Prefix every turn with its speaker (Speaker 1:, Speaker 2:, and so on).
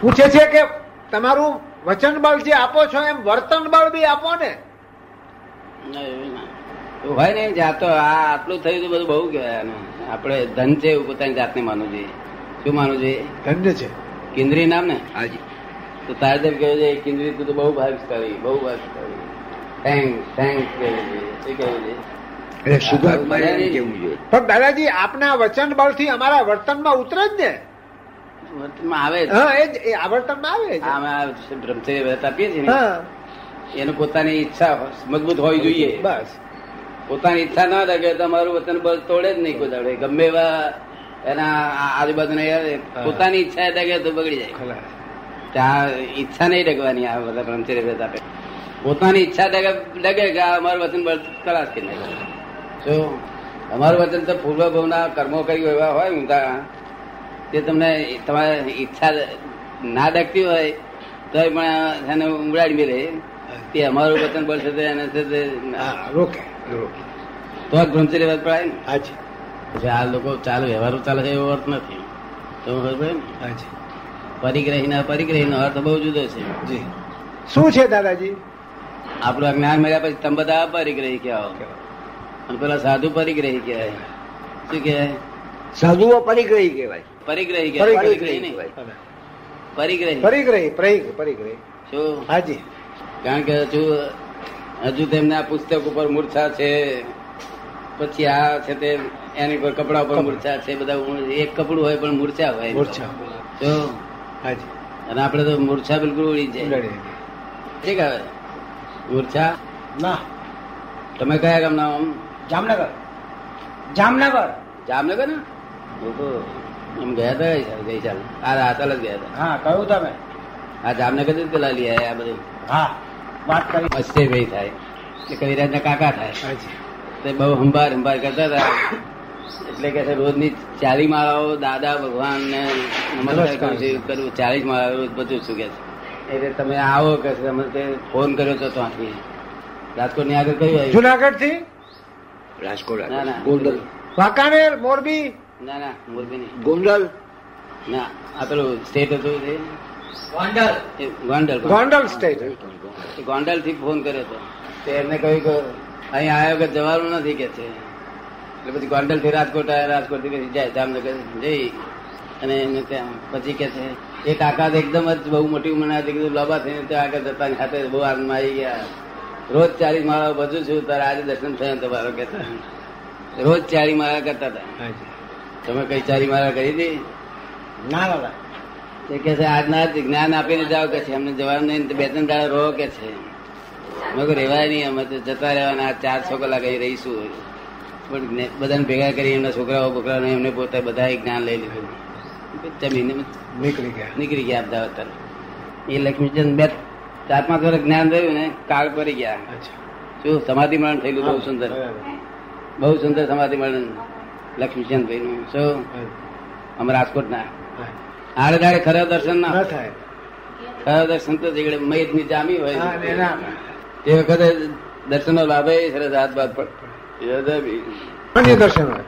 Speaker 1: પૂછે છે કે તમારું વચન બળ જે આપો છો એમ વર્તન બળ બી આપો ને
Speaker 2: ના, એવું ના. એવું હોય ને જાતો આ આટલું થયું તો બધું બહુ કહેવાય આનું. આપણે ધન છે એવું પોતાની જાતને માનવું જોઈએ શું માનવું જોઈએ
Speaker 1: ધન્ય છે
Speaker 2: કિન્દ્રી નામ ને
Speaker 1: હાજી
Speaker 2: તો તારદેવ કહેવું જોઈએ કિન્દ્રી તું તો બહુ ભાગ્સ કરી બહુ ભાગ્સ કરી થેન્ક થેન્ક કહેવું જોઈએ શું કહેવું જોઈએ
Speaker 3: એટલે સુગર
Speaker 2: હા,
Speaker 3: મારે
Speaker 2: બધાની-
Speaker 3: કેવું જોઈએ
Speaker 1: પણ દાદાજી આપના વચન બળથી અમારા વર્તનમાં ઉતરે જ ને
Speaker 2: વર્તનમાં આવે જ.
Speaker 1: હા એ જ એ આ વર્તનમાં આવે
Speaker 2: આ
Speaker 1: છે
Speaker 2: અમે આ બ્રહ્મચર્ય વ્રત આપીએ છીએ ને
Speaker 1: હા
Speaker 2: એનું પોતાની ઈચ્છા મજબૂત હોવી જોઈએ
Speaker 1: બસ
Speaker 2: પોતાની ઈચ્છા ના લાગે તો અમારું વતન બળ તોડે જ નહીં કોઈ દાડો. એ ગમે એવા એના આ- આજુબાજુના યાર પોતાની ઈચ્છા ડગે તો બગડી જાય
Speaker 1: ખલાસ
Speaker 2: ત્યાં ઈચ્છા નહીં ડગવાની આ બધા બ્રહ્મચર્ય વ્રત આપે પોતાની ઈચ્છા ડગે ડગે કે આ અમારું વતન બળ ખલાસ કરી નાખે જો અમારું વતન તો પૂર્વભવના કર્મો કર્યું એવા હોય ઊંધા તે તમને તમારે ઈચ્છા ના ડગતી હોય તોય પણ એને ઉડાડી મેલે તે અમારું વતન બળ છે તે એને છે તે ના.
Speaker 1: હા રોકે રોકે
Speaker 2: તો જ બ્રહ્મચર્ય વ્રત પડાય ને
Speaker 1: હાજી
Speaker 2: પછી આ લોકો ચાલુ વ્યવહારો ચાલે છે એવો અર્થ નથી તો બરાબર ને?
Speaker 1: હાજી
Speaker 2: પરિગ્રહીના પરિગ્રહીનો અર્થ બહુ જુદો છે
Speaker 1: જી શું છે દાદાજી
Speaker 2: આપણું અજ્ઞાન મળ્યા પછી તમે બધા અપરિગ્રહી કહેવાઓ અને પેલા સાધુ પરિગ્રહી કહેવાય શું કહેવાય
Speaker 3: સાધુઓ પરિગ્રહી કહેવાય
Speaker 2: પરિગ્રહી કહેવાય
Speaker 1: પરિગ્રહી
Speaker 2: પરિગ્રહી નહીં
Speaker 1: અને
Speaker 2: પરિગ્રહી
Speaker 1: પરિગ્રહી પરિગ્રહી પરિગ્રહી
Speaker 2: શું
Speaker 1: હાજી
Speaker 2: કારણ કે હજુ હજુ તેમને આ પુસ્તક ઉપર મૂર્છા છે પછી આ છે તે એની પર કપડા ઉપર મૂર્છા છે બધા ઉ- એક કપડું હોય પણ મૂર્છા હોય
Speaker 1: મૂર્છા
Speaker 2: જો
Speaker 1: હાજી
Speaker 2: અને આપણે તો મૂર્છા બિલકુલ ઉડી જાય
Speaker 1: ઉડાડી
Speaker 2: ઠીક આવે મૂર્છા
Speaker 4: ના
Speaker 2: તમે કયા ગામના આમ
Speaker 4: જામનગર જામનગર
Speaker 2: જામનગર ને ઓહો. આમ ગયા હતા ગઈ સાલ ગઈ સાલ આ રાતાલ જ ગયા હતા
Speaker 4: હા કહ્યું તમે
Speaker 2: આ જામનગર જ પેલા લઈ આવ્યા આ બધું
Speaker 4: હા વાત કરી
Speaker 2: અસ્તે ભાઈ થાય એ કવિરાજના કાકા થાય
Speaker 1: હાજી
Speaker 2: તે બહુ હંભાર હંભાર કરતા હતા એટલે કે છે રોજની ચાલી માળાઓ દાદા ભગવાન ને નમસ્કાર કરું છું, કરું ચાલીસ માળા રોજ બધું શું કે છે એટલે તમે આવો કે છે, તમે તે ફોન કર્યો તો ત્યાંથી રાજકોટ ની આગળ કયું આવ્યું
Speaker 1: જુનાગઢ થી
Speaker 3: રાજકોટ
Speaker 2: ના, ના.
Speaker 3: ગોંડલ
Speaker 1: વાંકાનેર મોરબી
Speaker 2: ના ના મોરબી નહીં
Speaker 3: ગોંડલ
Speaker 2: ના આ પેલું સ્ટેટ હતું તે એ ગોંડલ
Speaker 1: ગોંડલ સ્ટેટ
Speaker 2: ગોંડલ થી ફોન કર્યો હતો તો એમને કહ્યું કે અહીં આવ્યો કે જવાનું નથી કે છે એટલે પછી ગોંડલ થી રાજકોટ આવ્યા રાજકોટ થી પછી જાય જામનગર જઈ અને એમને ત્યાં પછી કે છે એ કાકા તો એકદમ જ બહુ મોટી ઉંમરના હતી કીધું લાંબા થઈને ત્યાં આગળ જતા ની સાથે બહુ આનંદમાં આવી ગયા રોજ ચારી માળા બધું છું તારે આજે દર્શન થયા તમારો કહેતા રોજ ચારી માળા કરતા હતા
Speaker 1: હાજી
Speaker 2: તમે કઈ ચારી માળા કરી હતી
Speaker 4: ના દાદા
Speaker 2: તે કે છે આજના જ જ્ઞાન આપીને જાઓ કે છે અમને જવાનું નહીં ને બે ત્રણ દાડા રહો કે છે મગર રહેવાય નહીં અમે તો જતા રહેવાના આ ચાર છોકરા કઈ રહીશું પણ જ્ઞા- બધાને ભેગા કરી એમના છોકરાઓ બોકરાઓને એમને પોતે બધા જ્ઞાન લઈ લીધું જમીને
Speaker 1: નીકળી ગયા
Speaker 2: નીકળી ગયા અમદાવાદ તરફ એ લક્ષ્મીચંદ બે ચાર પાંચ વર્ષ જ્ઞાન રહ્યું ને કાળ પડી ગયા
Speaker 1: અચ્છા
Speaker 2: શું સમાધિ મરણ થયેલું બહુ સુંદર બહુ સુંદર સમાધિ મરણ લક્ષ્મીચંદ ભાઈનું શું
Speaker 1: હા,
Speaker 2: અમે રાજકોટના
Speaker 1: હા.
Speaker 2: આડે દાડે ખરા દર્શન ના
Speaker 1: ન થાય
Speaker 2: ખરા દર્શન તો જેગડે મૈદની જામી હોય
Speaker 1: હા, ને ના.
Speaker 2: તે વખતે દર્શનનો લાભે સરસ હાથ બાદ પડે
Speaker 1: અન્ય દર્શન હોય